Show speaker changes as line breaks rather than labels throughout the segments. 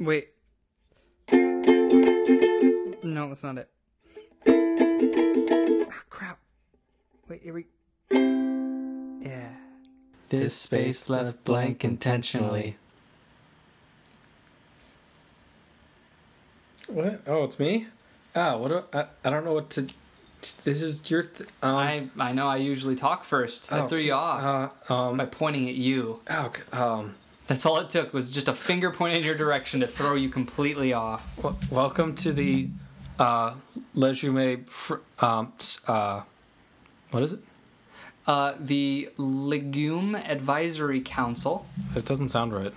Wait. No, that's not it. Ah, crap. Wait, here we. Yeah.
This space left blank intentionally.
What? Oh, it's me. Ah, what? Do I, I don't know what to. This is your. Th- um,
I I know I usually talk first. I
Oh,
threw you off
Uh, um.
by pointing at you.
Oh, g- um.
That's all it took was just a finger pointed in your direction to throw you completely off.
W- welcome to the, uh, legume. Fr- um. s- Uh, what is it?
Uh, the Legume Advisory Council.
It doesn't sound right.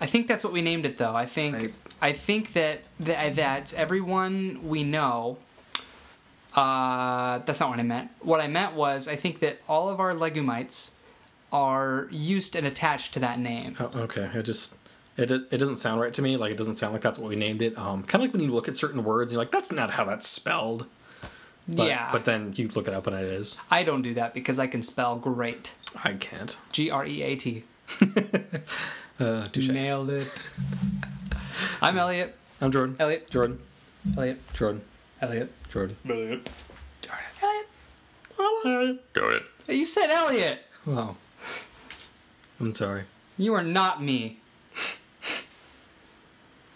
I think that's what we named it, though. I think I, think that that, that everyone we know. Uh, that's not what I meant. What I meant was I think that all of our legumites are used and attached to that name.
Oh, okay. It just. It, do- it doesn't sound right to me. Like it doesn't sound like that's what we named it. Um, kind of like when you look at certain words, and you're like, "That's not how that's spelled." But,
yeah,
But then you look it up, and it is.
I don't do that because I can spell great.
I can't.
G R E A T.
Uh, touche.
Nailed it. I'm Elliot.
I'm Jordan.
Elliot.
Jordan.
Elliot.
Jordan.
Elliot.
Jordan.
Elliot.
Jordan.
You said Elliot.
Wow. I'm sorry.
You are not me.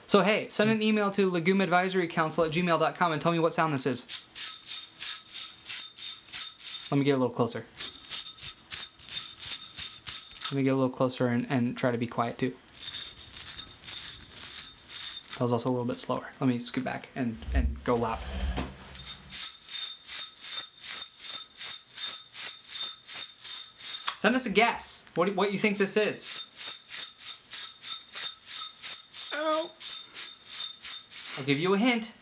So, hey, send an email to legumeadvisorycouncil at gmail.com and tell me what sound this is. Let me get a little closer. Let me get a little closer and, and try to be quiet too. That was also a little bit slower. Let me scoot back and, and go loud. Send us a guess. What do, what you think this is?
Ow.
I'll give you a hint.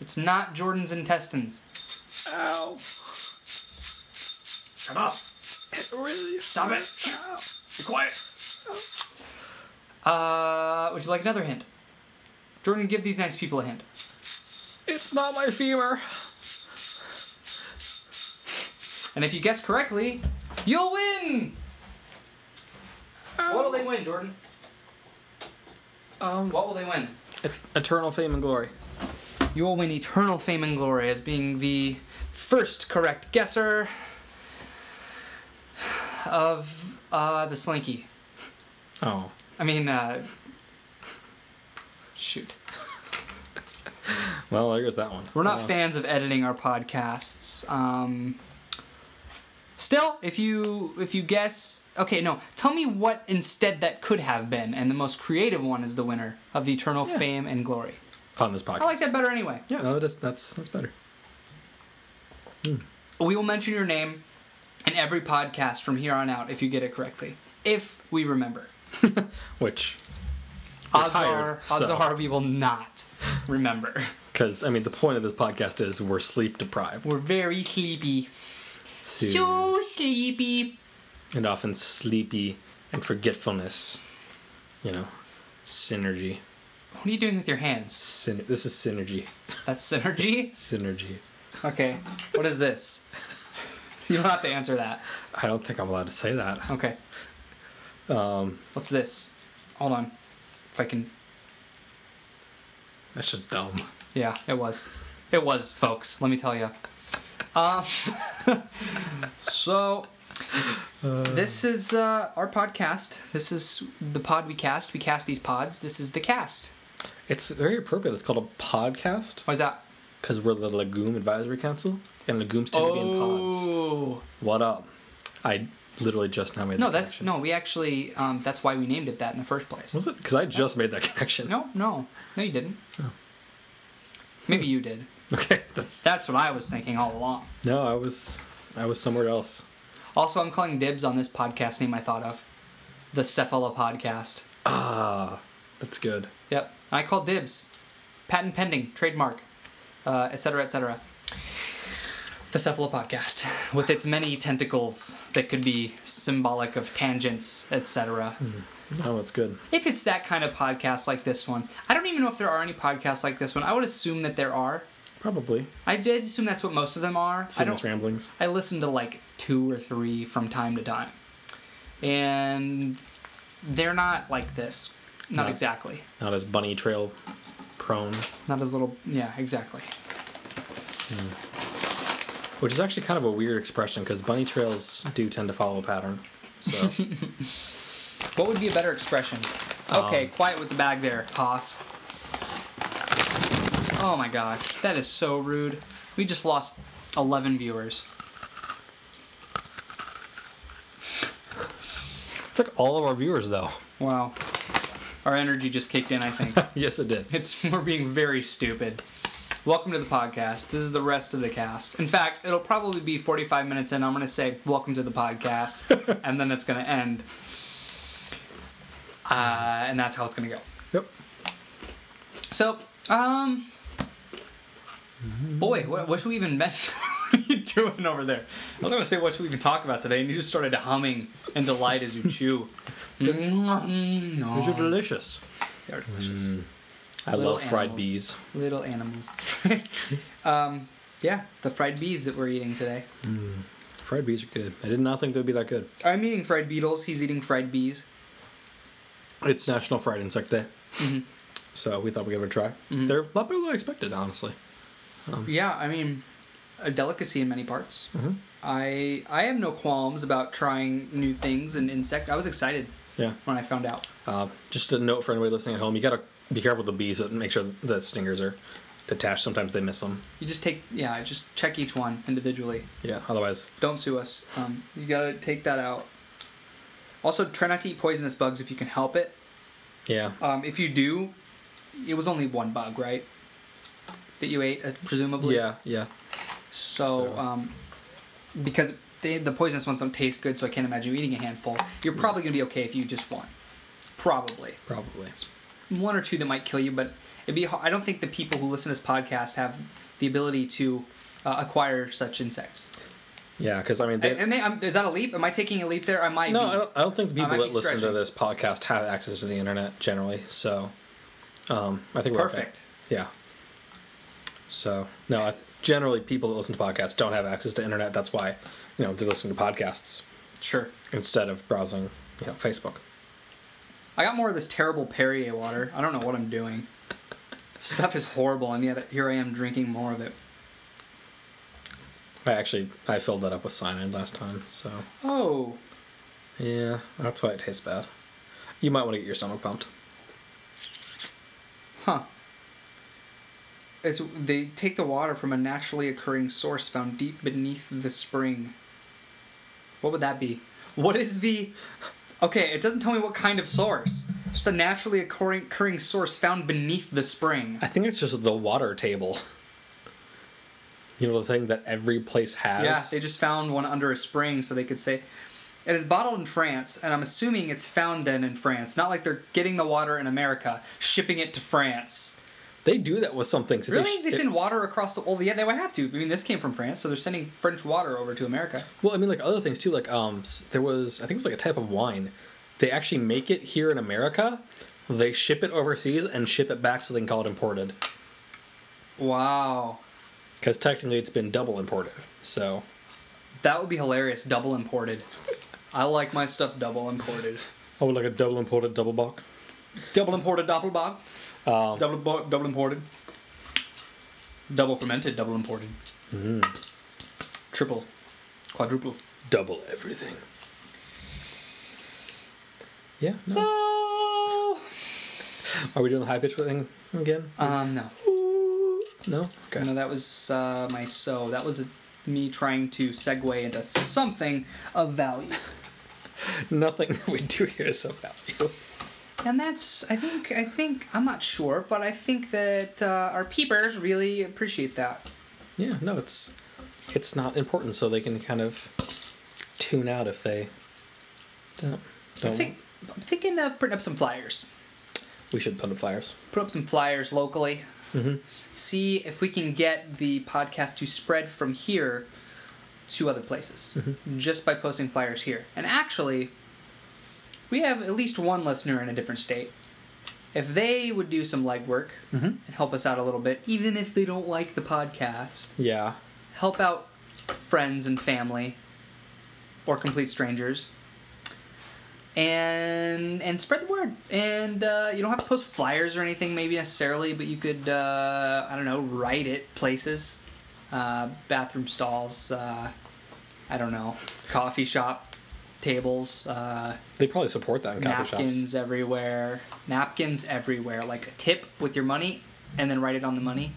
It's not Jordan's intestines.
Ow. Shut up. It really.
Stop it. Be quiet. Uh, would you like another hint? Jordan, give these nice people a hint.
It's not my femur.
And if you guess correctly, you'll win! What will they win, Jordan?
Um.
What will they win?
E- eternal fame and glory.
You will win eternal fame and glory as being the first correct guesser of uh, the Slinky.
Oh.
I mean, uh, shoot.
Well, there goes that one.
We're not fans of editing our podcasts. Um, still, if you if you guess, okay, no, tell me what instead that could have been, and the most creative one is the winner of the eternal
Yeah.
fame and glory.
on this podcast.
I like that better anyway.
yeah, no, that's that's that's better.
We will mention your name in every podcast from here on out if you get it correctly, if we remember.
Which,
Odds
tired,
are, odds
so.
are, we will not remember.
because I mean, the point of this podcast is we're sleep deprived,
We're very sleepy,
So-
so sleepy,
and often sleepy and forgetfulness. You know, synergy.
What are you doing with your hands?
Syn- this is synergy.
That's synergy.
Synergy.
Okay. What is this? You don't have to answer that.
I don't think I'm allowed to say that.
Okay. Um. What's this? Hold on. If I can.
That's just dumb.
Yeah, it was. It was, folks. Let me tell you. Um. so. This is uh, our podcast. This is the pod we cast. We cast these pods. This is the cast.
It's very appropriate. It's called a podcast
Why is that?
because we're the Legume Advisory Council, and legumes tend to be in pods.
Oh.
What up? I literally just now made.
No,
that
that's
connection.
no. We actually. Um, that's why we named it that in the first place.
Was it? Because I just made that connection.
No, no, no, you didn't. Maybe you did.
Okay, that's
That's what I was thinking all along.
no. I was, I was somewhere else.
Also, I'm calling dibs on this podcast name I thought of, the Cephala Podcast.
Ah, that's good.
Yep, I call dibs. Patent pending, trademark, uh, et cetera, et cetera. The Cephala Podcast, with its many tentacles that could be symbolic of tangents, etc.
No, that's good.
if it's that kind of podcast like this one. I don't even know if there are any podcasts like this one. I would assume that there are.
Probably.
I did assume that's what most of them are. I
Seamless
don't.
ramblings.
I listen to like two or three from time to time, and they're not like this. Not
Not-
exactly.
Not as bunny trail prone,
Not as little. Yeah, exactly.
which is actually kind of a weird expression because bunny trails do tend to follow a pattern. So
What would be a better expression? Okay, quiet with the bag there, Haas. Oh my gosh, that is so rude. We just lost 11 viewers.
it's like all of our viewers though.
Wow. Our energy just kicked in, I think.
Yes, it did.
it's we're being very stupid. Welcome to the podcast. This is the rest of the cast. In fact, it'll probably be 45 minutes in. I'm going to say welcome to the podcast and then it's going to end. Uh, and that's how it's going to go.
Yep.
So, um, boy, what, what should we even met? what are you doing over there? I was gonna say what should we even talk about today, and you just started humming and delight as you chew. Mm-hmm.
These are
no,
delicious.
they're delicious.
I
Little
love fried
animals.
bees.
Little animals. um, yeah, the fried bees that we're eating today.
Fried bees are good. I did not think they'd be that good.
I'm eating fried beetles. He's eating fried bees.
It's National Fried Insect Day, so we thought we'd give it a try. They're a lot better than I expected, honestly.
Yeah, I mean, a delicacy in many parts. I I have no qualms about trying new things and insect. I was excited
Yeah.
when I found out.
Uh, just a note for anybody listening at home: you gotta be careful with the bees and make sure the stingers are detached. Sometimes they miss them.
You just take, yeah, just check each one individually.
Yeah. Otherwise,
Don't sue us. Um, you gotta take that out. Also, try not to eat poisonous bugs if you can help it.
yeah.
Um, if you do, it was only one bug, right? That you ate, uh, presumably.
Yeah. Yeah.
So,
So-
Um, because they, the poisonous ones don't taste good, so I can't imagine you eating a handful. You're probably gonna be okay if you just one. Probably
Probably.
one or two that might kill you, but it'd be. har- I don't think the people who listen to this podcast have the ability to uh, acquire such insects.
Yeah, because I mean, they,
Am I- am- is that a leap? Am I taking a leap there? I might.
no,
be.
I don't, I don't think the
I
people
might
that
be
listen to
stretching.
this podcast have access to the internet generally. So, um, I think we're okay.
Perfect.
Yeah. So no, I, generally people that listen to podcasts don't have access to internet. That's why, you know, they're listening to podcasts
Sure.
instead of browsing, you know, Facebook.
I got more of this terrible Perrier water. I don't know what I'm doing. Stuff is horrible, and yet here I am drinking more of it.
I actually I filled that up with cyanide last time, so
Oh,
yeah, that's why it tastes bad. You might want to get your stomach pumped.
huh. It's they take the water from a naturally occurring source found deep beneath the spring. What would that be? What is the? Okay, it doesn't tell me what kind of source. Just a naturally occurring, occurring source found beneath the spring.
I think it's just the water table. You know the thing that every place has.
Yeah, they just found one under a spring, so they could say it is bottled in France, and I'm assuming it's found then in France. Not like they're getting the water in America, shipping it to France.
They do that with something. So
Really?
They
They
sh- it-
send water across the. Well, yeah, they would have to. I mean, this came from France, so they're sending French water over to America.
well, I mean, like other things too. Like, um, s- there was I think it was like a type of wine. They actually make it here in America. They ship it overseas and ship it back so they can call it imported.
Wow.
Because technically, it's been double imported. So
That would be hilarious. Double imported. I like my stuff double imported.
I would oh, like a double imported double bock.
Double imported doppelbock.
Um,
Double, bo- double imported. Double fermented, double imported. Triple. Quadruple.
double everything. Yeah. no.
So,
Are we doing the high pitch thing again?
um, no,
no. Okay.
no, that was uh, my so. That was me trying to segue into something of value,
Nothing that we do here is of value.
and that's. I think. I think. I'm not sure, but I think that uh, our peepers really appreciate that.
Yeah. No, it's it's not important, so they can kind of tune out if they don't.
I
don't
think. I'm thinking of putting up some flyers.
we should put up flyers.
Put up some flyers locally. See if we can get the podcast to spread from here to other places just by posting flyers here. And actually, we have at least one listener in a different state. If they would do some legwork and help us out a little bit, even if they don't like the podcast,
Yeah.
help out friends and family or complete strangers. and and spread the word. And uh, you don't have to post flyers or anything, maybe necessarily, but you could uh, I don't know, write it places, uh, bathroom stalls, uh, I don't know, coffee shop tables, uh,
They probably support that in coffee shops.
napkins everywhere, napkins everywhere, like a tip with your money, and then write it on the money.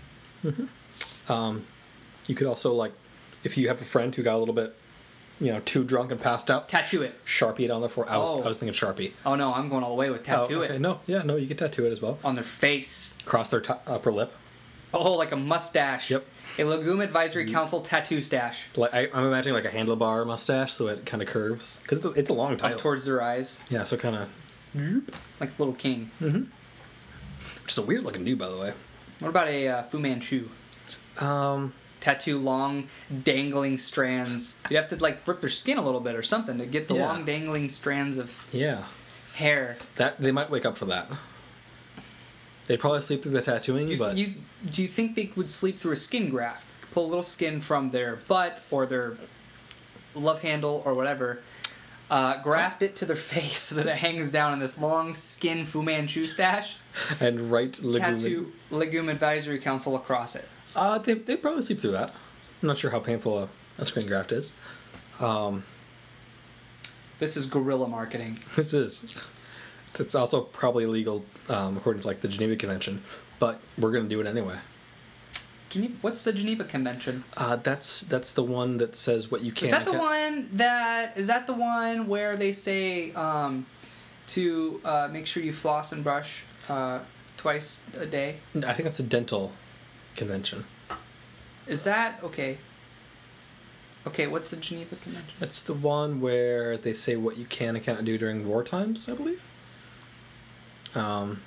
You could also like, if you have a friend who got a little bit, you know, too drunk and passed out,
Tattoo it.
sharpie it on the floor. I was,
Oh.
I was thinking sharpie.
Oh no, I'm going all the way with
Oh,
tattoo
okay,
it
No, yeah, no, you could tattoo it as well.
on their face.
Cross their t- upper lip.
Oh, like a mustache.
Yep.
A Legume Advisory Council tattoo stash
Like I, I'm imagining like a handlebar mustache, so it kind of curves because it's, a- it's a long title.
up towards their eyes,
yeah, so kind of,
like a little king.
Mm-hmm. which is a weird looking dude, by the way.
What about a uh, Fu Manchu
Um,
tattoo? Long dangling strands. You have to like rip their skin a little bit or something to get the
Yeah.
long dangling strands of
yeah,
hair.
that they might wake up for that. They'd probably sleep through the tattooing,
You,
but
you do you think they would sleep through a skin graft? Pull a little skin from their butt or their love handle or whatever. Uh, graft it to their face so that it hangs down in this long skin Fu Manchu stash.
and right legume.
tattoo legume advisory council across it.
Uh, they they probably sleep through that. I'm not sure how painful a, a screen graft is.
This is guerrilla marketing.
This is. It's also probably illegal um, according to like the Geneva Convention, but we're gonna do it anyway.
Geneva, what's the Geneva Convention?
Uh, that's that's the one that says what you can.
Is that the
and can't-
one that is that the one where they say um, to uh, make sure you floss and brush uh, twice a day?
I think that's a dental convention.
Is that okay? Okay, what's the Geneva Convention?
That's the one where they say what you can and cannot do during war times, I believe. Um,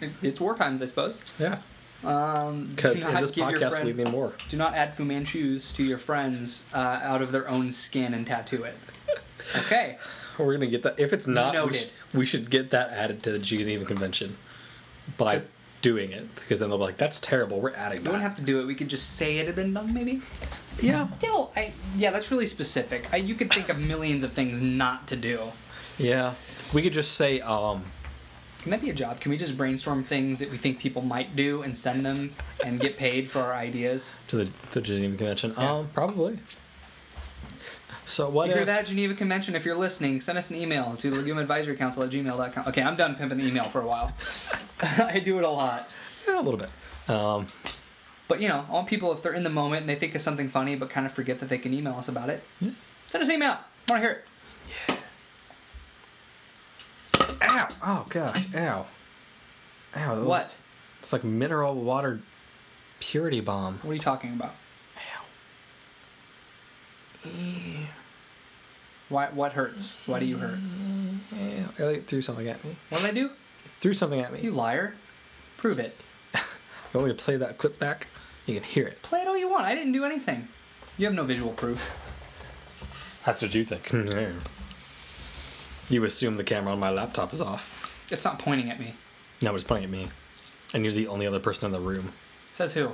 It- It's war times, I suppose.
yeah,
Um, do
because in
not
this
give your
podcast
friend-
we mean war.
Do not add Fu Manchus to your friends uh, out of their own skin and tattoo it. Okay.
We're gonna get that. If it's not, we,
Noted.
sh- we should get that added to the Geneva Convention by
'Cause-
doing it, because then they'll be like, "That's terrible. We're adding
We
that."
don't have to do it. We could just say it had been done, maybe.
Yeah.
Still, I yeah, that's really specific. I, you could think of millions of things not to do.
yeah, we could just say, um,
Can that be a job? Can we just brainstorm things that we think people might do and send them and get paid for our ideas?
to the, the Geneva Convention.
Yeah.
Um, probably. So what
You hear
if-
that, Geneva Convention? If you're listening, send us an email to legumeadvisorycouncil at gmail.com. Okay, I'm done pimping the email for a while. I do it a lot.
Yeah, a little bit. Um,
But, you know, all people, if they're in the moment and they think of something funny but kind of forget that they can email us about it, send us an email. I want to hear it.
ow! Oh gosh! Ow! Ow! that was-
What?
It's like mineral water purity bomb.
What are you talking about? Why? What hurts? Why do you hurt?
Ew. Elliot threw something at me.
What did I do?
Threw something at me.
You
You
liar! Prove it.
want me to play that clip back? You can hear it.
Play it all you want. I didn't do anything. You have no visual proof.
That's what you think. you assume the camera on my laptop is off.
It's not pointing at me.
No, it's pointing at me. And you're the only other person in the room.
Says who?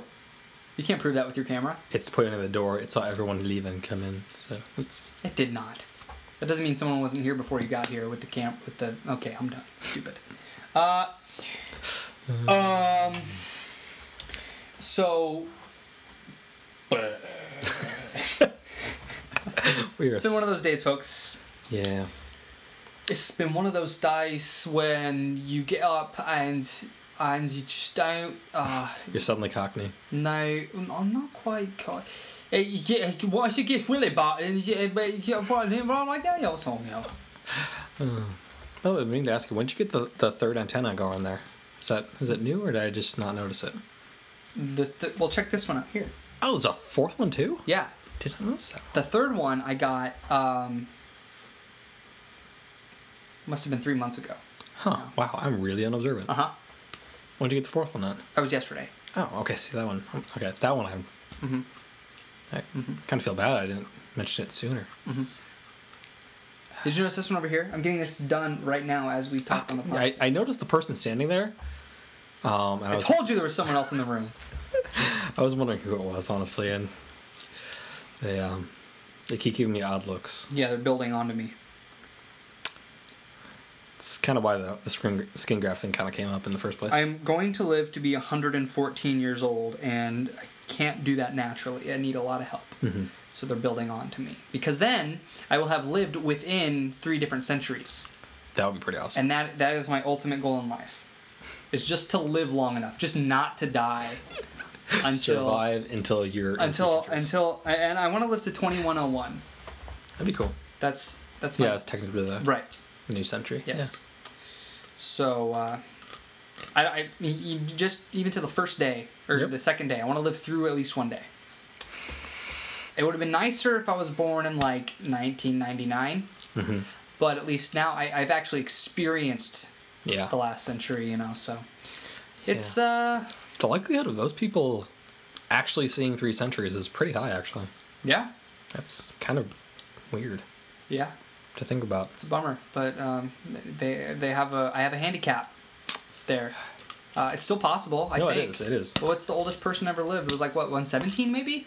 You can't prove that with your camera.
It's pointing at the door. It saw everyone leave and come in. So it's
It did not. That doesn't mean someone wasn't here before you got here with the camp with the. Okay, I'm done. Stupid. Uh. Um. So
weird.
it's been one of those days, folks.
Yeah.
it's been one of those days when you get up and and you just don't uh
You're suddenly cockney.
no I'm not quite quite Eh, you get what you get really bad and you eh, but you get what like that your song yeah
Oh, I mean to ask you, when did you get the, the third antenna going there? Is that is it new or did I just not notice it?
the th- well check this one out here
Oh, there's a fourth one too?
yeah
Didn't notice that.
the third one I got um must have been three months ago
Huh. Wow, I'm really unobservant.
uh huh
When did you get the fourth one on?
that was yesterday
Oh, okay. See that one. Okay, that one I'm.
Mm-hmm.
I kind of feel bad I didn't mention it sooner.
did you notice this one over here I'm getting this done right now as we talk on the podcast.
I, I noticed the person standing there. Um, and I
I
was,
told you there was someone else in the room.
I was wondering who it was, honestly, and they um, they keep giving me odd looks.
Yeah, they're building onto me.
It's kind of why the, the skin, skin graft thing kind of came up in the first place.
I'm going to live to be 114 years old, and I can't do that naturally. I need a lot of help. So they're building on to me. Because then I will have lived within three different centuries.
that would be pretty awesome.
And that that is my ultimate goal in life. Is just to live long enough, just not to die until
Survive until you're in
until
procedures.
until and I want to live to 2101.
that'd be cool.
That's that's my
Yeah, it's technically the
right.
new century.
Yes. So uh I, I you- you just even to the first day or
Yep.
the second day, I want to live through at least one day. It would have been nicer if I was born in like 1999,
Mm-hmm.
but at least now I, I've actually experienced
Yeah. yeah.
the last century, you know. So it's uh
The likelihood of those people actually seeing three centuries is pretty high, actually.
yeah,
That's kind of weird
yeah.
to think about.
It's a bummer, but um, they they have a I have a handicap there. Uh, it's still possible, I
no,
think.
it is. It is.
Well, What's the oldest person ever lived? It was like what 117 maybe.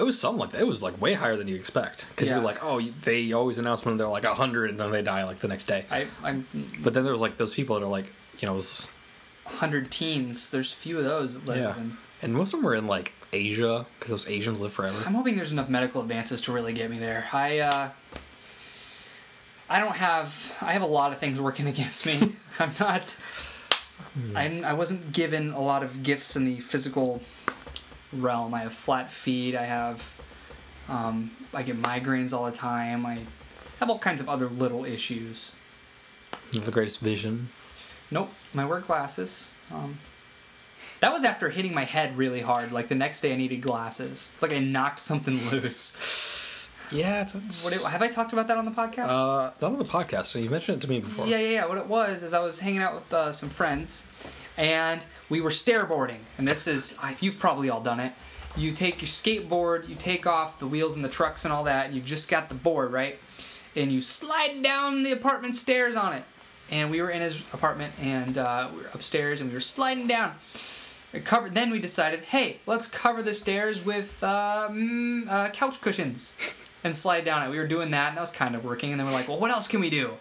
It was something like that. It was like way higher than you expect because
Yeah.
you're like, oh, you- they always announce when they're like hundred, and then they die like the next day.
I I'm
But then there's like those people that are like, you know, s-
100 teens. There's few of those that live.
yeah,
And
and most of them were in like Asia because those Asians live forever.
I'm hoping there's enough medical advances to really get me there. I uh, I don't have I have a lot of things working against me. I'm not. I'm, I wasn't given a lot of gifts in the physical realm. I have flat feet. I have um, I get migraines all the time. I have all kinds of other little issues.
The greatest vision.
Nope, my wear glasses. Um, that was after hitting my head really hard. Like the next day, I needed glasses. It's like I knocked something loose.
Yeah, that's.
What it, have I talked about that on the podcast?
uh, not on the podcast. So you mentioned it to me before.
yeah, yeah, yeah. What it was is I was hanging out with uh, some friends, and we were stairboarding. And this is I- you've probably all done it. You take your skateboard, you take off the wheels and the trucks and all that, and you've just got the board right, and you slide down the apartment stairs on it. And we were in his apartment, and uh, we were upstairs, and we were sliding down. It covered. Then we decided, hey, let's cover the stairs with um, uh, couch cushions and slide down it. We were doing that, and that was kind of working. And then we're like, well, what else can we do?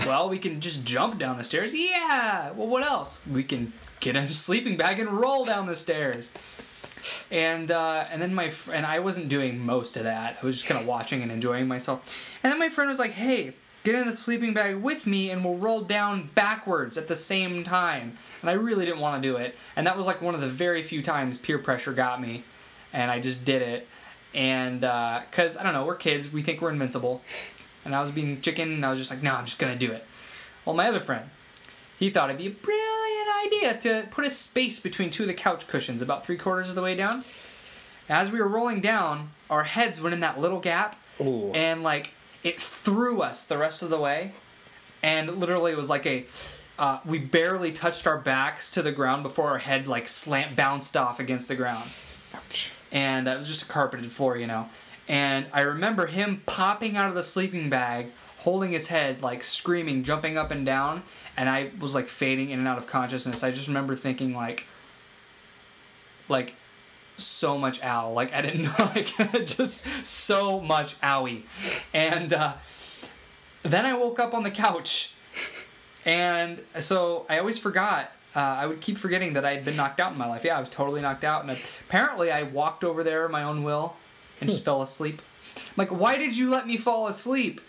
Well, we can just jump down the stairs. Yeah. Well, what else? We can get a sleeping bag and roll down the stairs. And uh, and then my fr- and I wasn't doing most of that. I was just kind of watching and enjoying myself. And then my friend was like, "Hey, get in the sleeping bag with me, and we'll roll down backwards at the same time." And I really didn't want to do it. And that was like one of the very few times peer pressure got me, and I just did it. And because I don't know, we're kids, we think we're invincible. And I was being chicken, and I was just like, "No, I'm just gonna do it." Well, my other friend, he thought it'd be a brilliant idea to put a space between two of the couch cushions about three quarters of the way down. As we were rolling down, our heads went in that little gap,
Ooh.
and like it threw us the rest of the way, and literally it was like a. Uh, we barely touched our backs to the ground before our head like slant bounced off against the ground and uh, it was just a carpeted floor, you know. And I remember him popping out of the sleeping bag, holding his head, like screaming, jumping up and down, and I was like fading in and out of consciousness. I just remember thinking like, like, so much ow, like I didn't know, like just so much owie, and uh, then I woke up on the couch, and so I always forgot. Uh, I would keep forgetting that I had been knocked out in my life. Yeah, I was totally knocked out, and apparently I walked over there of my own will and just fell asleep. Like, why did you let me fall asleep?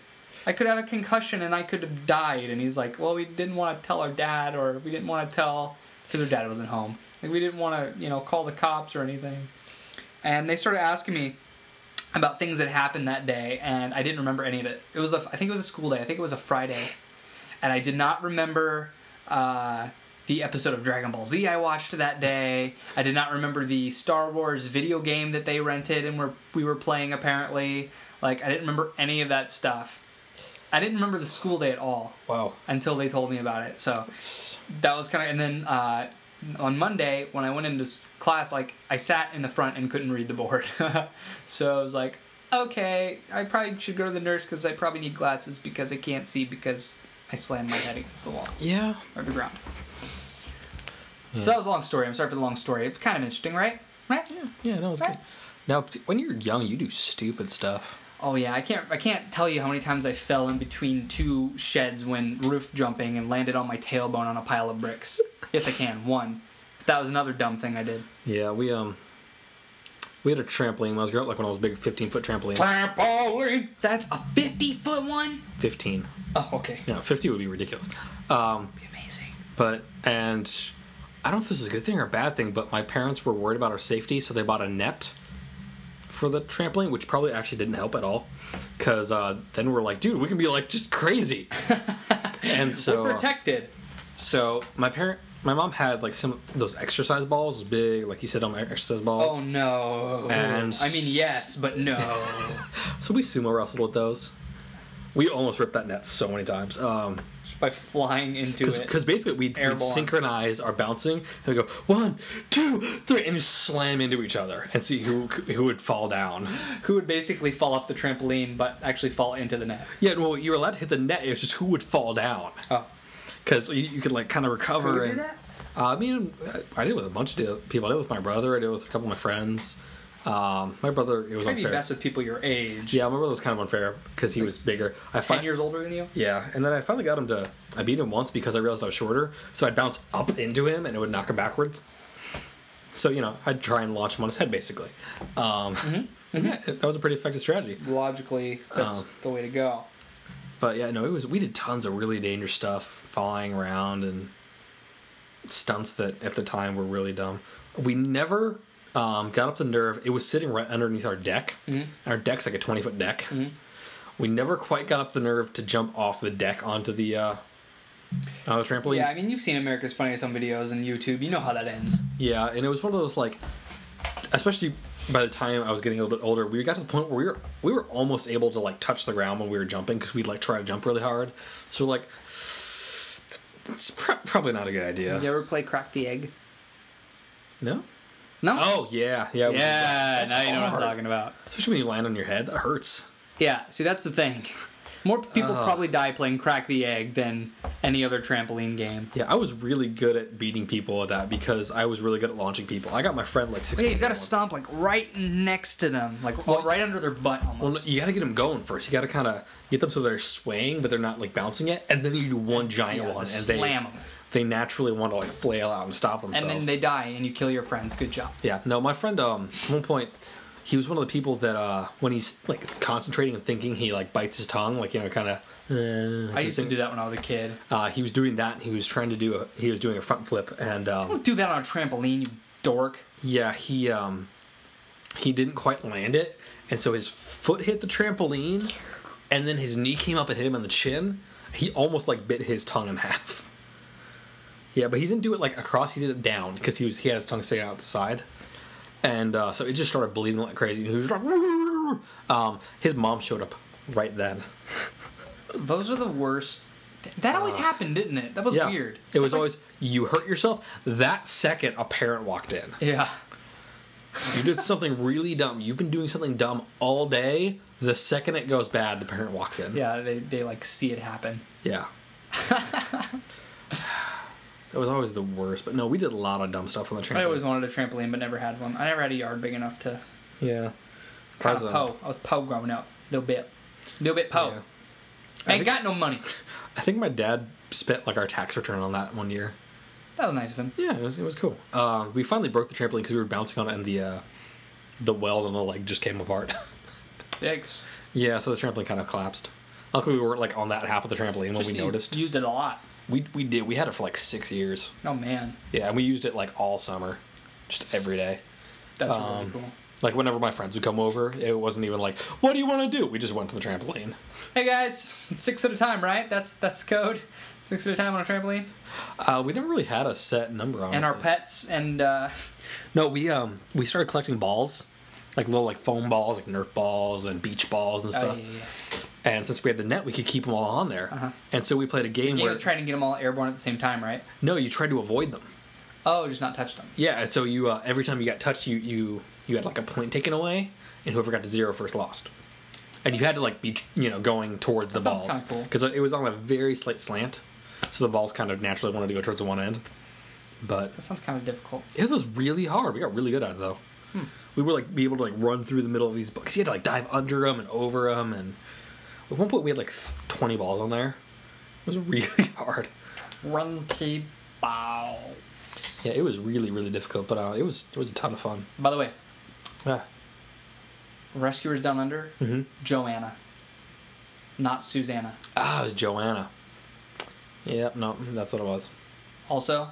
I could have a concussion and I could have died. And he's like, well, we didn't want to tell our dad, or we didn't want to tell because our dad wasn't home. Like, we didn't want to, you know, call the cops or anything. And they started asking me, about things that happened that day, and I didn't remember any of it. It was a, I think it was a school day. I think it was a Friday, and I did not remember uh, the episode of Dragon Ball Z I watched that day. I did not remember the Star Wars video game that they rented and were we were playing apparently. Like I didn't remember any of that stuff. I didn't remember the school day at all
Wow.
until they told me about it. So that was kind of, and then uh, on Monday when I went into s- class, like I sat in the front and couldn't read the board, so I was like, okay, I probably should go to the nurse because I probably need glasses because I can't see because I slammed my head against the wall
Yeah.
or the ground. So that was a long story. I'm sorry for the long story. It's kind of interesting, right? Right?
Yeah. No, it's
Right.
good. Now, p- when you're young, you do stupid stuff.
Oh yeah, I can't I can't tell you how many times I fell in between two sheds when roof jumping and landed on my tailbone on a pile of bricks. yes, I can. One. That was another dumb thing I did.
Yeah, we um we had a trampoline when I was growing up, like when I was big, fifteen foot trampoline.
Trampoline. That's a fifty foot one.
Fifteen.
Oh, okay.
No, fifty would be ridiculous. Um,
Be amazing.
but and I don't know if this is a good thing or a bad thing, but my parents were worried about our safety, so they bought a net for the trampoline, which probably actually didn't help at all, because uh, then we're like, dude, we can be like just crazy, and so
Protected.
so my parent, my mom had like some those exercise balls, big like you said on my exercise balls.
Oh no.
And-
I mean yes, but no.
So we sumo wrestled with those. We almost ripped that net so many times. Um,
By flying into it.
because basically we'd, we'd
Airborne.
synchronize our bouncing and we'd go one, two, three, and just slam into each other and see who who would fall down.
Who would basically fall off the trampoline but actually fall into the net?
Yeah, well, you were allowed to hit the net. It was just who would fall down
Oh.
because you, you could like kind of recover.
Who would do
and,
that?
Uh, I mean, I, I did it with a bunch of di- people. I did it with my brother. I did it with a couple of my friends. Um, my brother, it was
Maybe
unfair.
best with people your age.
Yeah, my brother was kind of unfair because he was bigger. I
Ten
fin-
years older than you?
Yeah, and then I finally got him to. I beat him once because I realized I was shorter, so I'd bounce up into him and it would knock him backwards. So you know, I'd try and launch him on his head, basically. Um, yeah, that was a pretty effective strategy.
Logically, that's
Oh.
the way to go.
But yeah, no, it was. We did tons of really dangerous stuff, falling around and stunts that at the time were really dumb. We never um, got up the nerve. It was sitting right underneath our deck. And Our deck's like a twenty foot deck. We never quite got up the nerve to jump off the deck onto the uh, on the trampoline.
Yeah, I mean, you've seen America's Funniest Home Videos and YouTube. You know how that ends.
Yeah, and it was one of those like, especially by the time I was getting a little bit older, we got to the point where we were we were almost able to like touch the ground when we were jumping because we'd like try to jump really hard. So like, it's pro- probably not a good idea.
You ever play Crack the Egg?
No.
No.
Oh yeah, yeah. we-
yeah.
That's
Now you know what I'm
hard.
talking about.
Especially when you land on your head, that hurts.
Yeah. See, that's the thing. More people
Ugh.
probably die playing Crack the Egg than any other trampoline game.
Yeah, I was really good at beating people at that because I was really good at launching people. I got my friend like six.
Yeah, you
feet
gotta
down.
stomp like right next to them, like well, right under their butt almost.
Well, no, you gotta get them going first. You gotta kind of get them so they're swaying, but they're not like bouncing it. And then you do one giant
Yeah,
one,
the
and they
slam 'em.
they naturally want to like flail out and stop
and then
themselves.
they die, and you kill your friends. Good job.
yeah. No, my friend. Um, at one point, he was one of the people that uh, when he's like concentrating and thinking, he like bites his tongue, like you know, kind of. Uh,
I used to do that when I was a kid.
Uh, he was doing that. And he was trying to do a. He was doing a front flip, and um,
Don't do that on a trampoline, you dork.
yeah, he um, he didn't quite land it, and so his foot hit the trampoline, and then his knee came up and hit him on the chin. He almost like bit his tongue in half. Yeah, but he didn't do it like across. He did it down because he was he had his tongue sticking out the side, and uh, so it just started bleeding like crazy. And he was like, "Woo!" um, his mom showed up right then.
Those are the worst. Th- That always happened, didn't Uh. it? That was
Yeah,
weird.
It was
Stuff
always you hurt yourself. That second, a parent walked in.
like- yeah.
You did something really dumb. You've been doing something dumb all day. The second it goes bad, the parent walks in.
Yeah, they, they like see it happen.
Yeah. that was always the worst. But no, we did a lot of dumb stuff on the train.
I always wanted a trampoline, but never had one. I never had a yard big enough to
Yeah.
kind
Cars
of
on-
Oh,
poe. I was poe growing up, little bit, little bit poe.
Yeah.
I
think-
ain't got no money.
I think my dad spent like our tax return on that one year.
That was nice of him.
Yeah, it was it was cool. Uh, we finally broke the trampoline because we were bouncing on it and the uh, the weld on the leg just came apart.
Thanks.
yeah, so the trampoline kind of collapsed. Luckily, we weren't like on that half of the trampoline when
Just
we
you
noticed.
used it a lot.
we we did. We had it for like six years.
Oh man,
Yeah, and we used it like all summer, just every day.
that's really
Um,
cool.
Like whenever my friends would come over, it wasn't even like, "What do you want to do?" We just went to the trampoline.
Hey guys, six at a time, right? That's that's code. Six at a time on a trampoline.
Uh, we never really had a set number on.
And our pets and uh,
No, we um we started collecting balls, like little like foam balls, like Nerf balls and beach balls and
oh, yeah,
stuff.
yeah, yeah.
And since we had the net, we could keep them all on there.
Uh-huh.
And so we played a game
you
where
was trying to get them all airborne at the same time, right?
no, you tried to avoid them.
Oh, just not touch them.
Yeah, and so you uh, every time you got touched, you you you had like a point taken away, and whoever got to zero first lost. And you had to like be you know going towards the
That sounds
balls
kinda cool.
because it was on a very slight slant, so the balls kind of naturally wanted to go towards the one end. But
That sounds kind of difficult.
it was really hard. We got really good at it though.
Hmm.
We were like be able to like run through the middle of these books. You had to like dive under them and over them, and at one point we had like th- twenty balls on there. It was really hard.
Runty bow.
Yeah, it was really really difficult, but uh, it was it was a ton of fun.
By the way,
Yeah.
Rescuers Down Under,
Mhm.
Joanna, not Susanna.
Ah, it was Joanna. Yep, no, that's what it was.
Also,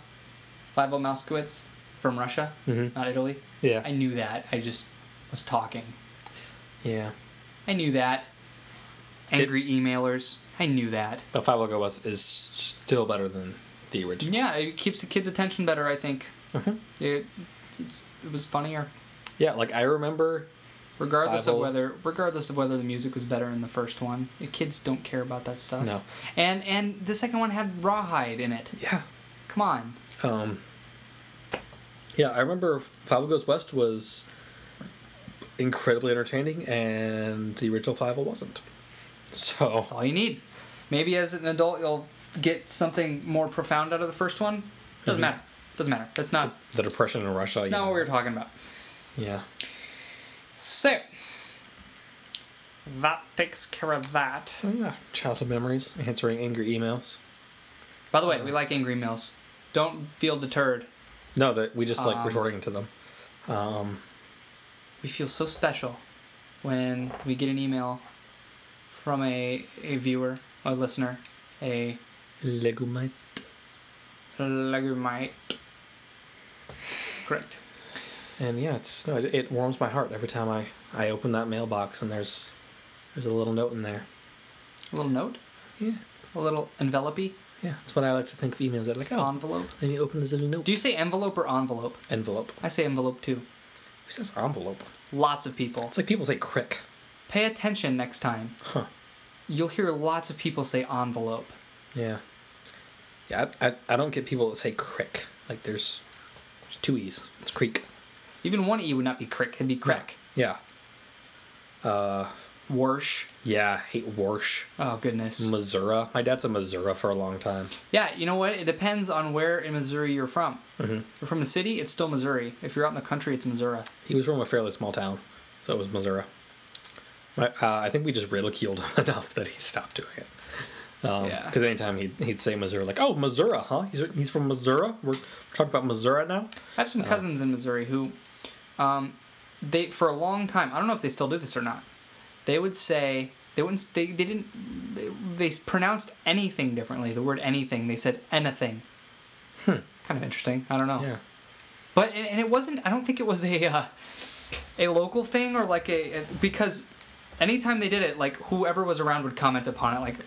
Flavo Mouskowitz from Russia,
Mhm.
not Italy.
Yeah.
I knew that. I just was talking.
yeah.
I knew that. Angry emailers. I knew that.
But Five Logo was is still better than the original.
Yeah, it keeps the kids' attention better. I think
Mhm.
it. It's, it was funnier,
Yeah, like I remember
regardless of
Five-O.
whether regardless of whether the music was better in the first one. The kids don't care about that stuff.
No.
And and the second one had rawhide in it.
Yeah.
Come on.
Um Yeah, I remember Five Goes West was incredibly entertaining and the original Five wasn't. So
That's all you need. Maybe as an adult, you'll get something more profound out of the first one. Doesn't
Mhm.
matter. Doesn't matter. That's not.
the depression in Russia.
That's
you
not
know,
what we were
it's-
talking about.
Yeah.
So that takes care of that.
So Oh, yeah, childhood memories, answering angry emails.
By the way, we like angry meals. Don't feel deterred.
No, that we just like
Um,
resorting to them. Um
We feel so special when we get an email from a, a viewer, a listener, a
Legumite.
legumite. Correct.
And yeah, it's no, it, it warms my heart every time I I open that mailbox and there's there's a little note in there.
A little note,
Yeah,
a little envelope
yeah, that's what I like to think of emails. That like oh,
envelope.
let me open this little note
Do you say envelope or envelope?
envelope.
I say envelope too.
Who says envelope?
Lots of people.
It's like people say crick.
Pay attention next time.
Huh.
You'll hear lots of people say envelope.
Yeah, yeah. I, I, I don't get people that say crick. Like there's there's two e's. It's creek.
Even one E would not be crick, it'd be crack.
Yeah. Uh,
Warsh.
yeah. I hate Warsh.
Oh, goodness.
Missouri. My dad's a Missouri for a long time.
Yeah, you know what? It depends on where in Missouri you're from.
Mhm.
If you're from the city, it's still Missouri. If you're out in the country, it's Missouri.
He was from a fairly small town, so it was Missouri. I, uh, I think we just ridiculed him enough that he stopped doing it.
Yeah.
Because anytime he'd, he'd say Missouri, like, oh, Missouri, huh? He's, he's from Missouri? We're, we're talking about Missouri now?
I have some cousins in Missouri who, um, they for a long time. I don't know if they still do this or not. They would say they wouldn't. They, they didn't. They, they pronounced anything differently. The word anything. They said anything. Kind of interesting. I don't know.
Yeah.
But and, and it wasn't. I don't think it was a uh, a local thing or like a, a- because anytime they did it, like whoever was around would comment upon it. Like, did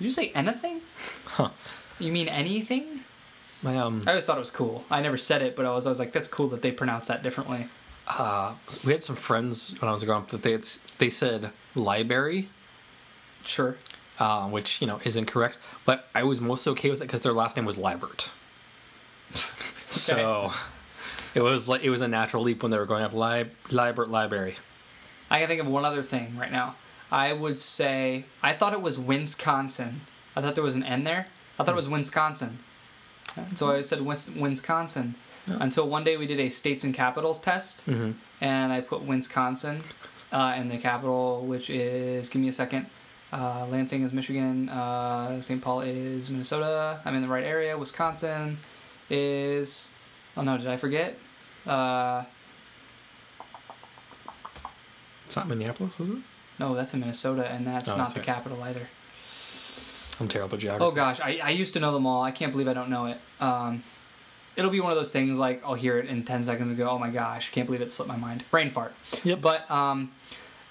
you say anything?
Huh.
You mean anything?
My, um,
I always thought it was cool. I never said it, but I was always like, that's cool that they pronounce that differently.
uh, we had some friends when I was growing up that they, had, s- they said library,
Sure.
uh, which, you know, is incorrect, but I was most okay with it because their last name was Libert. So it was like, it was a natural leap when they were going up Lib- Libert Library.
I can think of one other thing right now. I would say I thought it was Wisconsin. I thought there was an N there. I thought it was Wisconsin. So I always said Wis- Wisconsin until one day we did a states and capitals test,
Mm-hmm.
and I put Wisconsin uh, in the capital, which is give me a second. Uh, Lansing is Michigan. Uh, St. Paul is Minnesota. I'm in the right area. Wisconsin is. Oh no, did I forget? Uh,
It's not Minneapolis, is it?
no, that's in Minnesota, and that's
Oh,
not
that's
the
right.
capital either.
I'm terrible at geography.
Oh gosh, I, I used to know them all. I can't believe I don't know it. Um, it'll be one of those things like I'll hear it in ten seconds and go, "Oh my gosh, can't believe it slipped my mind." Brain fart.
Yep.
But um,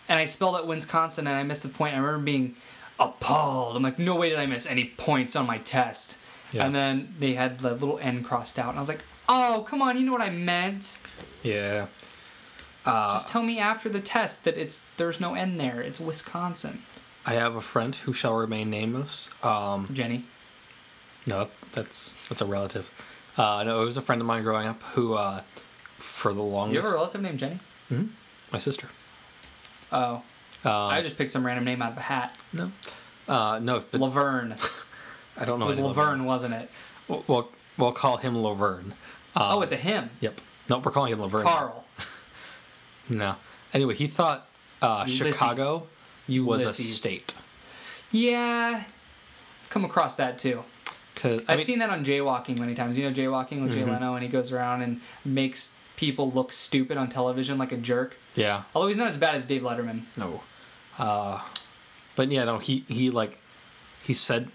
and I spelled it Wisconsin and I missed the point. I remember being appalled. I'm like, no way did I miss any points on my test.
Yeah.
And then they had the little N crossed out, and I was like, oh come on, you know what I meant.
Yeah. Uh.
Just tell me after the test that it's there's no N there. It's Wisconsin,
I have a friend who shall remain nameless. Um,
Jenny.
no, that's that's a relative. Uh, no, it was a friend of mine growing up who, uh, for the
You have
longest,
a relative named Jenny?
my sister.
Oh,
Um,
I just picked some random name out of a hat.
no, uh, no, but
Laverne.
I don't know.
It was
any
Laverne, wasn't it?
We'll, we'll we'll call him Laverne. Uh,
oh, it's a him.
Yep. No, we're calling him Laverne.
Carl.
No. Anyway, he thought uh,
Ulysses.
Chicago was a
Ulysses.
state.
Yeah, come across that too.
'Cause- I
I've
mean,
seen that on jaywalking many times. You know jaywalking with Jay Leno, and he goes around and makes people look stupid on television like a jerk.
Yeah.
Although he's not as bad as Dave Letterman.
No. Uh, but yeah, no. He he like he said,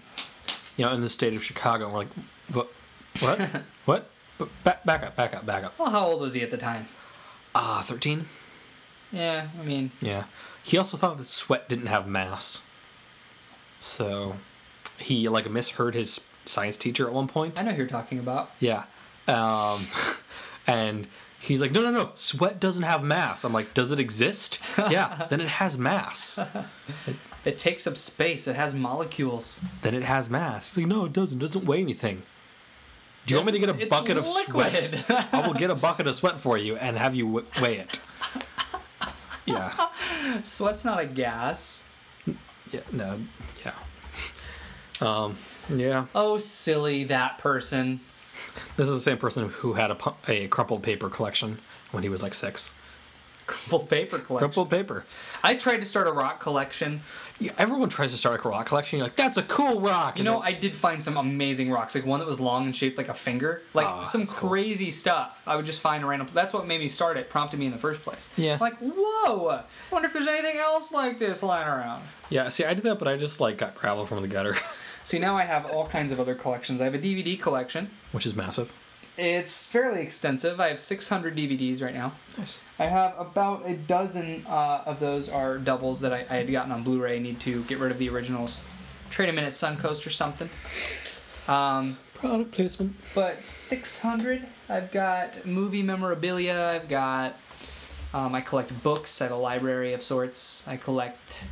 you know, in the state of Chicago, we're like, what, what, what? But back, back up, back up, back up.
Well, how old was he at the time?
Ah, thirteen.
Yeah, I mean,
Yeah. He also thought that sweat didn't have mass, so he like misheard his science teacher at one point.
I know who you're talking about.
Yeah. Um, and he's like, no, no, no, sweat doesn't have mass. I'm like, does it exist? yeah, then it has mass.
It takes up space. It has molecules.
Then it has mass. He's like, no, it doesn't. It doesn't weigh anything. Do you want me to
It's-
get a
it's
bucket of
liquid.
sweat? I will get a bucket of sweat for you and have you w- weigh it. Yeah.
Sweat's not a gas.
Yeah. No. Yeah. Um, yeah.
Oh, silly that person.
This is the same person who had a, pu- a crumpled paper collection when he was like six.
Crumpled paper collection.
Crumpled paper.
I tried to start a rock collection.
Yeah, everyone tries to start a rock collection. You're like, that's a cool rock.
You know, I did find some amazing rocks, like one that was long and shaped like a finger, like
Oh,
some
that's cool.
crazy stuff. I would just find a random. That's what made me start it, prompted me in the first place.
Yeah.
Like, whoa! I wonder if there's anything else like this lying around.
Yeah, see, I did that, but I just like got gravel from the gutter,
See, now I have all kinds of other collections. I have a DVD collection.
which is massive.
It's fairly extensive. I have 600 DVDs right now.
Nice.
I have about a dozen uh, of those are doubles that I, I had gotten on Blu-ray. Need to get rid of the originals, trade them in at Suncoast or something. Um,
Product placement.
but 600. I've got movie memorabilia. I've got. Um, I collect books. I have a library of sorts. I collect.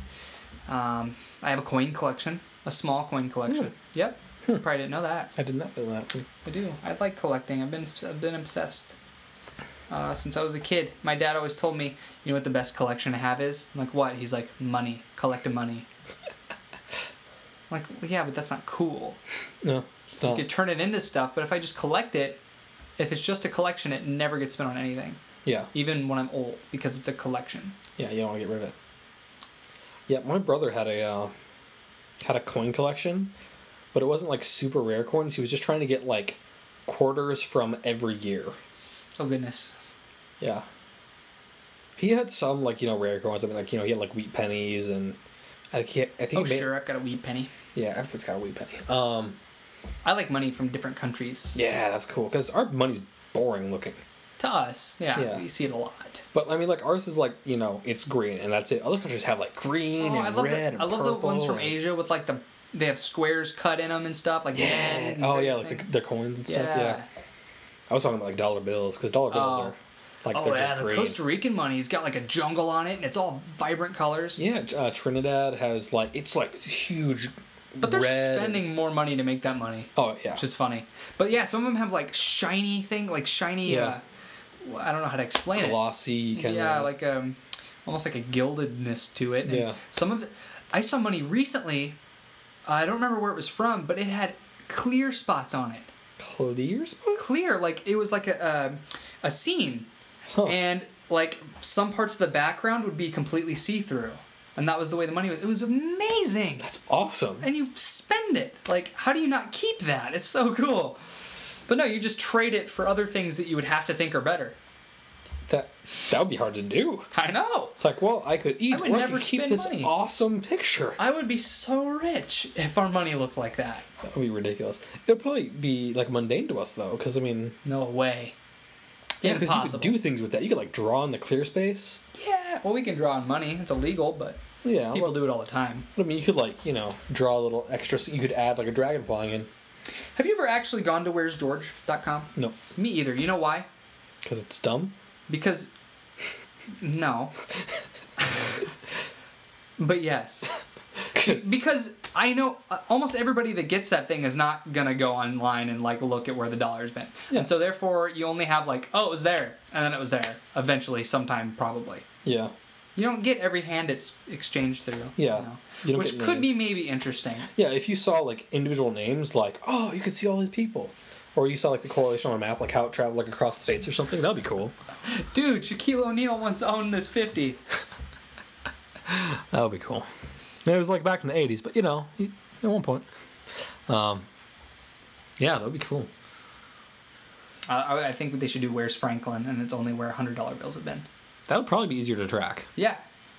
Um, I have a coin collection, a small coin collection.
Really?
Yep. Probably didn't know that.
I did not know that.
I do. I like collecting. I've been I've been obsessed uh, since I was a kid. My dad always told me, you know what the best collection to have is? I'm like, what? He's like, money. Collect the money. I'm like, well, yeah, but that's not cool.
No, it's
You
not.
could turn it into stuff, but if I just collect it, if it's just a collection, it never gets spent on anything,
Yeah,
even when I'm old, because it's a collection.
yeah, you don't want to get rid of it. Yeah, my brother had a uh, had a coin collection, but it wasn't like super rare coins. He was just trying to get like quarters from every year.
Oh goodness.
Yeah. He had some like you know rare coins. I mean, like you know he had like wheat pennies and I think he- I think
Oh
he made-
sure, I've got a wee penny.
yeah everyone's got a wheat penny. Um.
I like money from different countries.
Yeah, that's cool because our money's boring looking.
To us, yeah,
Yeah.
we see it a lot.
But I mean, like ours is like you know it's green and that's it. Other countries have like green
Oh,
and
I love
red.
the,
and
I love the ones from
purple and-
Asia with like the they have squares cut in them and stuff like
Yeah.
yen and
Oh yeah,
various
like the,
things.
their coins and stuff. Yeah.
Yeah.
I was talking about like dollar bills because dollar bills
Oh.
are like
oh
they're
yeah,
just
the
green.
Costa Rican money's got like a jungle on it and it's all vibrant colors.
yeah, uh, Trinidad has like it's like huge.
But they're
red-
spending more money to make that money,
Oh yeah,
which is funny. But yeah, some of them have like shiny thing, like shiny.
Yeah.
Uh, well, I don't know how to explain it.
glossy kind
yeah,
of.
like um, almost like a gildedness to it. And
Yeah.
Some of the, I saw money recently. I don't remember where it was from, but it had clear spots on it.
clear spot.
uh, clear like it was like a um, a, a scene
Huh.
and like some parts of the background would be completely see-through and that was the way the money was it was amazing
That's awesome.
and you spend it like how do you not keep that it's so cool but no you just trade it for other things that you would have to think are better
That that would be hard to do.
i know
It's like, well, I could eat.
I would
or
never
could keep
spend
this
money.
awesome picture.
i would be so rich if our money looked like that
That would be ridiculous. It would probably be like mundane to us though, because I mean,
no way
yeah, because you could
Impossible.
do things with that. You could like draw in the clear space.
yeah well we can draw on money it's illegal but
Yeah,
people
well,
do it all the time
I mean, you could like you know draw a little extra. You could add like a dragon flying in.
have you ever actually gone to where'sgeorge.com
No,
me either you know why
because it's dumb.
Because no. but yes. Because I know uh, almost everybody that gets that thing is not gonna go online and like look at where the dollar's been,
Yeah.
and so therefore you only have like, oh, it was there, and then it was there eventually, sometime probably.
Yeah,
You don't get every hand it's exchanged through. you
Yeah.
know?
You don't
which
get
could be maybe interesting.
yeah. If you saw like individual names, like oh, you could see all these people. Or you saw like the correlation on a map, like how it traveled like across the states or something. That'd be cool.
Dude, Shaquille O'Neal once owned this 50.
That would be cool. And it was like back in the '80s, but you know, he- at one point. Um, yeah, that would be cool.
Uh, I, I think what they should do Where's Franklin, and it's only where $100 bills have been.
That would probably be easier to track
Yeah.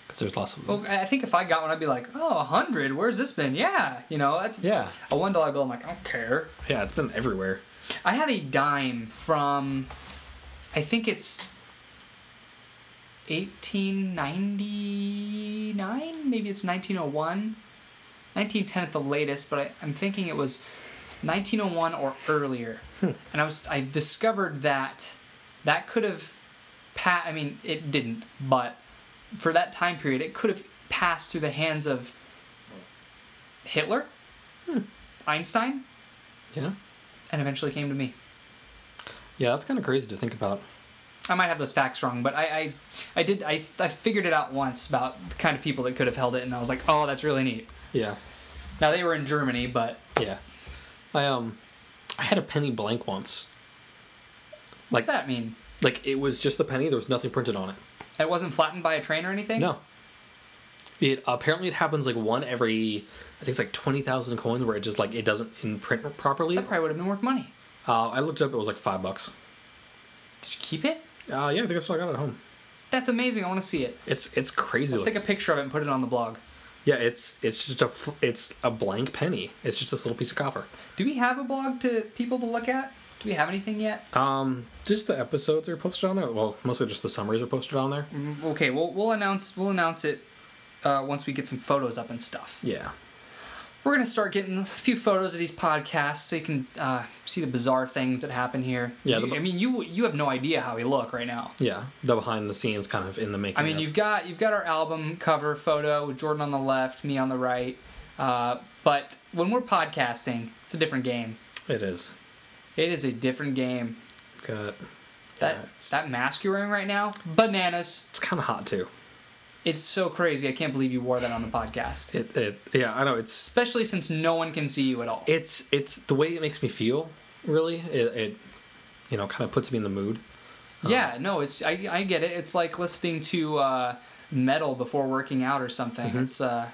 because there's lots of them.
Well, I I think if I got one, I'd be like, oh, 100, where's this been? Yeah, you know, that's
Yeah.
a $1 bill. I'm like, I don't care.
Yeah, it's been everywhere.
I had a dime from, I think it's 1899, maybe it's 1901, 1910 at the latest, but I, I'm thinking it was 1901 or earlier. And I was I discovered that that could have pa- I mean it didn't, but for that time period it could have passed through the hands of Hitler, Einstein,
Yeah,
and eventually came to me.
yeah, that's kind of crazy to think about.
I might have those facts wrong, but I, I, I did I, I figured it out once about the kind of people that could have held it, and I was like, oh, that's really neat.
Yeah,
Now they were in Germany, but
yeah. I um, I had a penny blank once.
what's that mean?
Like it was just a penny. There was nothing printed on it.
It wasn't flattened by a train or anything.
No. It apparently it happens like one every I think it's like twenty thousand coins where it just like it doesn't imprint properly.
that
Uh,
probably would have been worth money.
I looked it up. It was like five bucks.
Did you keep it?
Uh, yeah, I think that's what I got at home.
That's amazing. I want to see it.
It's it's crazy.
Let's
like-
take a picture of it and put it on the blog.
yeah, it's it's just a fl- it's a blank penny. It's just this little piece of copper.
Do we have a blog to people to look at? Do we have anything yet?
Um, just the episodes are posted on there. Well, mostly just the summaries are posted on there.
Okay, we'll we'll announce we'll announce it uh, once we get some photos up and stuff.
Yeah,
We're gonna start getting a few photos of these podcasts so you can uh, see the bizarre things that happen here.
Yeah,
You-
the-
I mean you you have no idea how we look right now.
yeah. The behind the scenes kind of in the making.
I mean
of-
you've got you've got our album cover photo with Jordan on the left, me on the right. Uh, but when we're podcasting, it's a different game.
it is
It is a different game.
got.
That
Yeah, it's-
that mask you're wearing right now, bananas.
It's kind of hot too.
It's so crazy. I can't believe you wore that on the podcast,
It, it yeah. I know it's
especially since no one can see you at all.
it's it's the way it makes me feel really it, it you know kind of puts me in the mood
Yeah, no, it's I, I get it. It's like listening to uh, metal before working out or something. It's uh,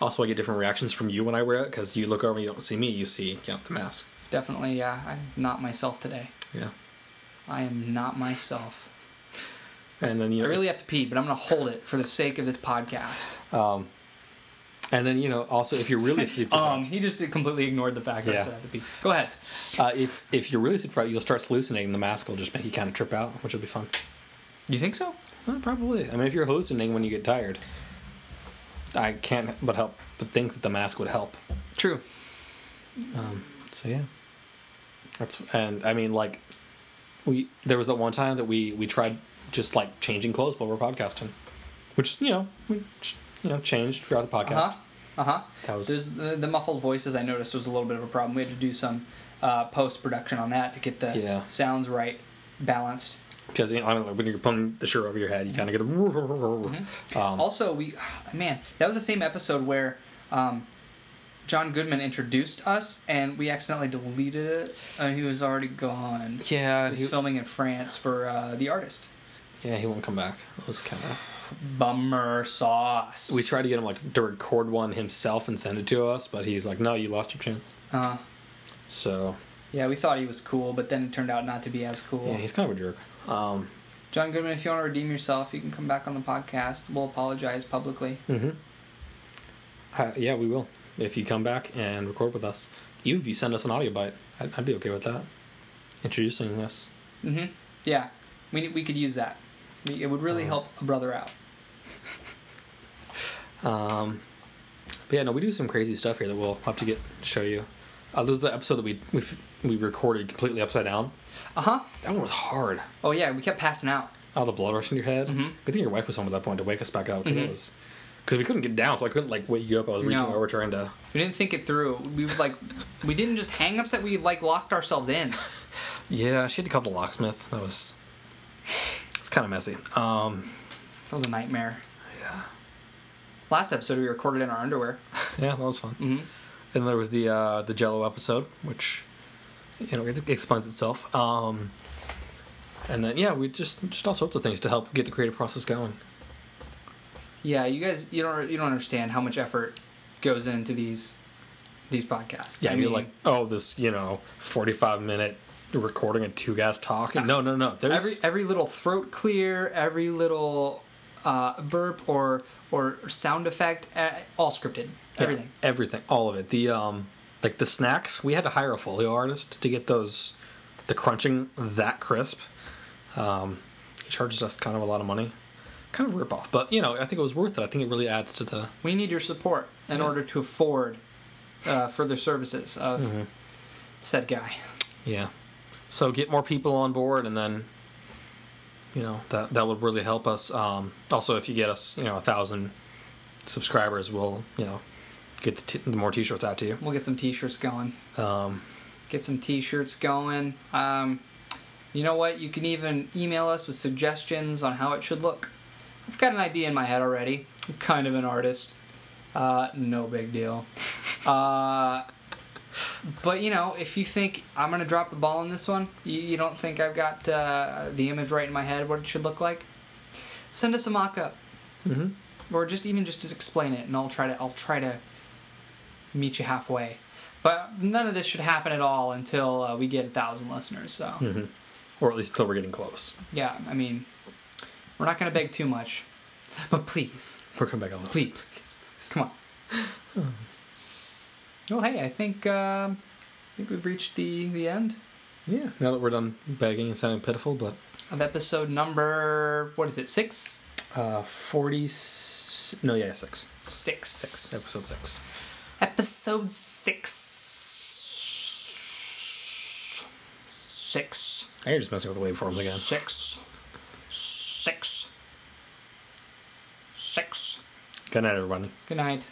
also i get different reactions from you when i wear it because you look over and you don't see me you see you know the mask
definitely yeah. I'm not myself today.
yeah
I am not myself.
and then you
I
know,
really have to pee, but I'm gonna hold it for the sake of this podcast.
um and then you know also if you're really sleep
Um,
deprived,
he just completely ignored the fact that I
Yeah.
said I have to pee. Go ahead.
uh, if if you're really sleep deprived, you'll start hallucinating the mask will just make you kind of trip out which will be fun
You think so?
Uh, probably i mean if you're hallucinating when you get tired i can't but help but think that the mask would help Um,
True.
So yeah, that's and I mean like we there was that one time that we we tried just like changing clothes while we're podcasting, which you know we ch- you know changed throughout the podcast.
Uh huh. Uh huh.
That was
There's the, the muffled voices I noticed was a little bit of a problem. We had to do some uh, post production on that to get the
Yeah.
sounds right, balanced.
because you know, I mean, like, when you're pulling the shirt over your head, you kind of get the
Mm-hmm.
um,
Also, we ah, man, that was the same episode where um, John Goodman introduced us, and we accidentally deleted it, and he was already gone.
yeah
He was
he,
filming in France for uh, the artist.
yeah he won't come back. It was kind of
Bummer sauce.
we tried to get him like to record one himself and send it to us, but he's like no, you lost your chance.
Uh,
So
yeah, we thought he was cool, but then it turned out not to be as cool.
yeah, he's kind of a jerk. Um,
John Goodman, if you want to redeem yourself, you can come back on the podcast. We'll apologize publicly.
Uh, yeah, we will. If you come back and record with us, even if you send us an audio bite, I'd, I'd be okay with that. Introducing us.
Mm-hmm. Yeah, we we could use that. We, it would really help a brother out.
Um, but yeah, no, we do some crazy stuff here that we'll have to get show you. Uh, there was the episode that we we we recorded completely upside down.
Uh huh.
That one was hard.
Oh yeah, we kept passing out.
All the blood rushing to your head. Good thing your wife was home at that point to wake us back up. 'cause It was because we couldn't get down, so I couldn't like wake you up. I was reaching
No.
over trying to.
We didn't think it through. We were like, we didn't just hang upset. We like locked ourselves in.
Yeah, she had to call the locksmith. That was. It's kind of messy. Um,
That was a nightmare.
yeah.
Last episode we recorded in our underwear.
Yeah, that was fun. Mm-hmm. And there was the uh, the Jello episode, which you know, it explains itself. Um, and then yeah, we just just all sorts of things to help get the creative process going.
Yeah, you guys, you don't you don't understand how much effort goes into these these podcasts.
Yeah, you're like, oh, this you know, 45 minute recording of two guys talking. No, no, no. There's
every every little throat clear, every little uh, verb or or sound effect, uh, all scripted.
yeah,
Everything.
E-, everything, all of it. The um, like the snacks. We had to hire a folio artist to get those, the crunching that crisp. Um, he charges us kind of a lot of money, kind of a rip off, but you know, I think it was worth it. I think it really adds to the
We need your support in
Yeah.
order to afford uh, further services of
Mm-hmm.
said guy.
Yeah. So get more people on board, and then, you know, that that would really help us. Um, also, if you get us, you know, a thousand subscribers, we'll, you know, get the, t- the more t-shirts out to you.
We'll get some t-shirts going.
Um,
Get some t-shirts going. Um, you know what? You can even email us with suggestions on how it should look. I've got an idea in my head already. I'm kind of an artist. Uh, no big deal. Uh, but you know, if you think I'm gonna drop the ball in this one, you, you don't think I've got uh, the image right in my head what it should look like. Send us a mock-up, mm-hmm. or just even just to explain it, and I'll try to I'll try to meet you halfway. But none of this should happen at all until uh, we get a thousand listeners. So
Hmm. or at least till we're getting close.
yeah, I mean, we're not gonna beg too much, but please,
We're coming back on. that.
please, come on. Hmm. Well, hey, I think um I think we've reached the the end.
Yeah. Now that we're done begging and sounding pitiful, but
of episode number what is it six
uh, forty. s- No, yeah, six.
six six
Episode six.
episode six six
Now you're just messing with the waveforms again.
six six six
Good night, everybody.
good night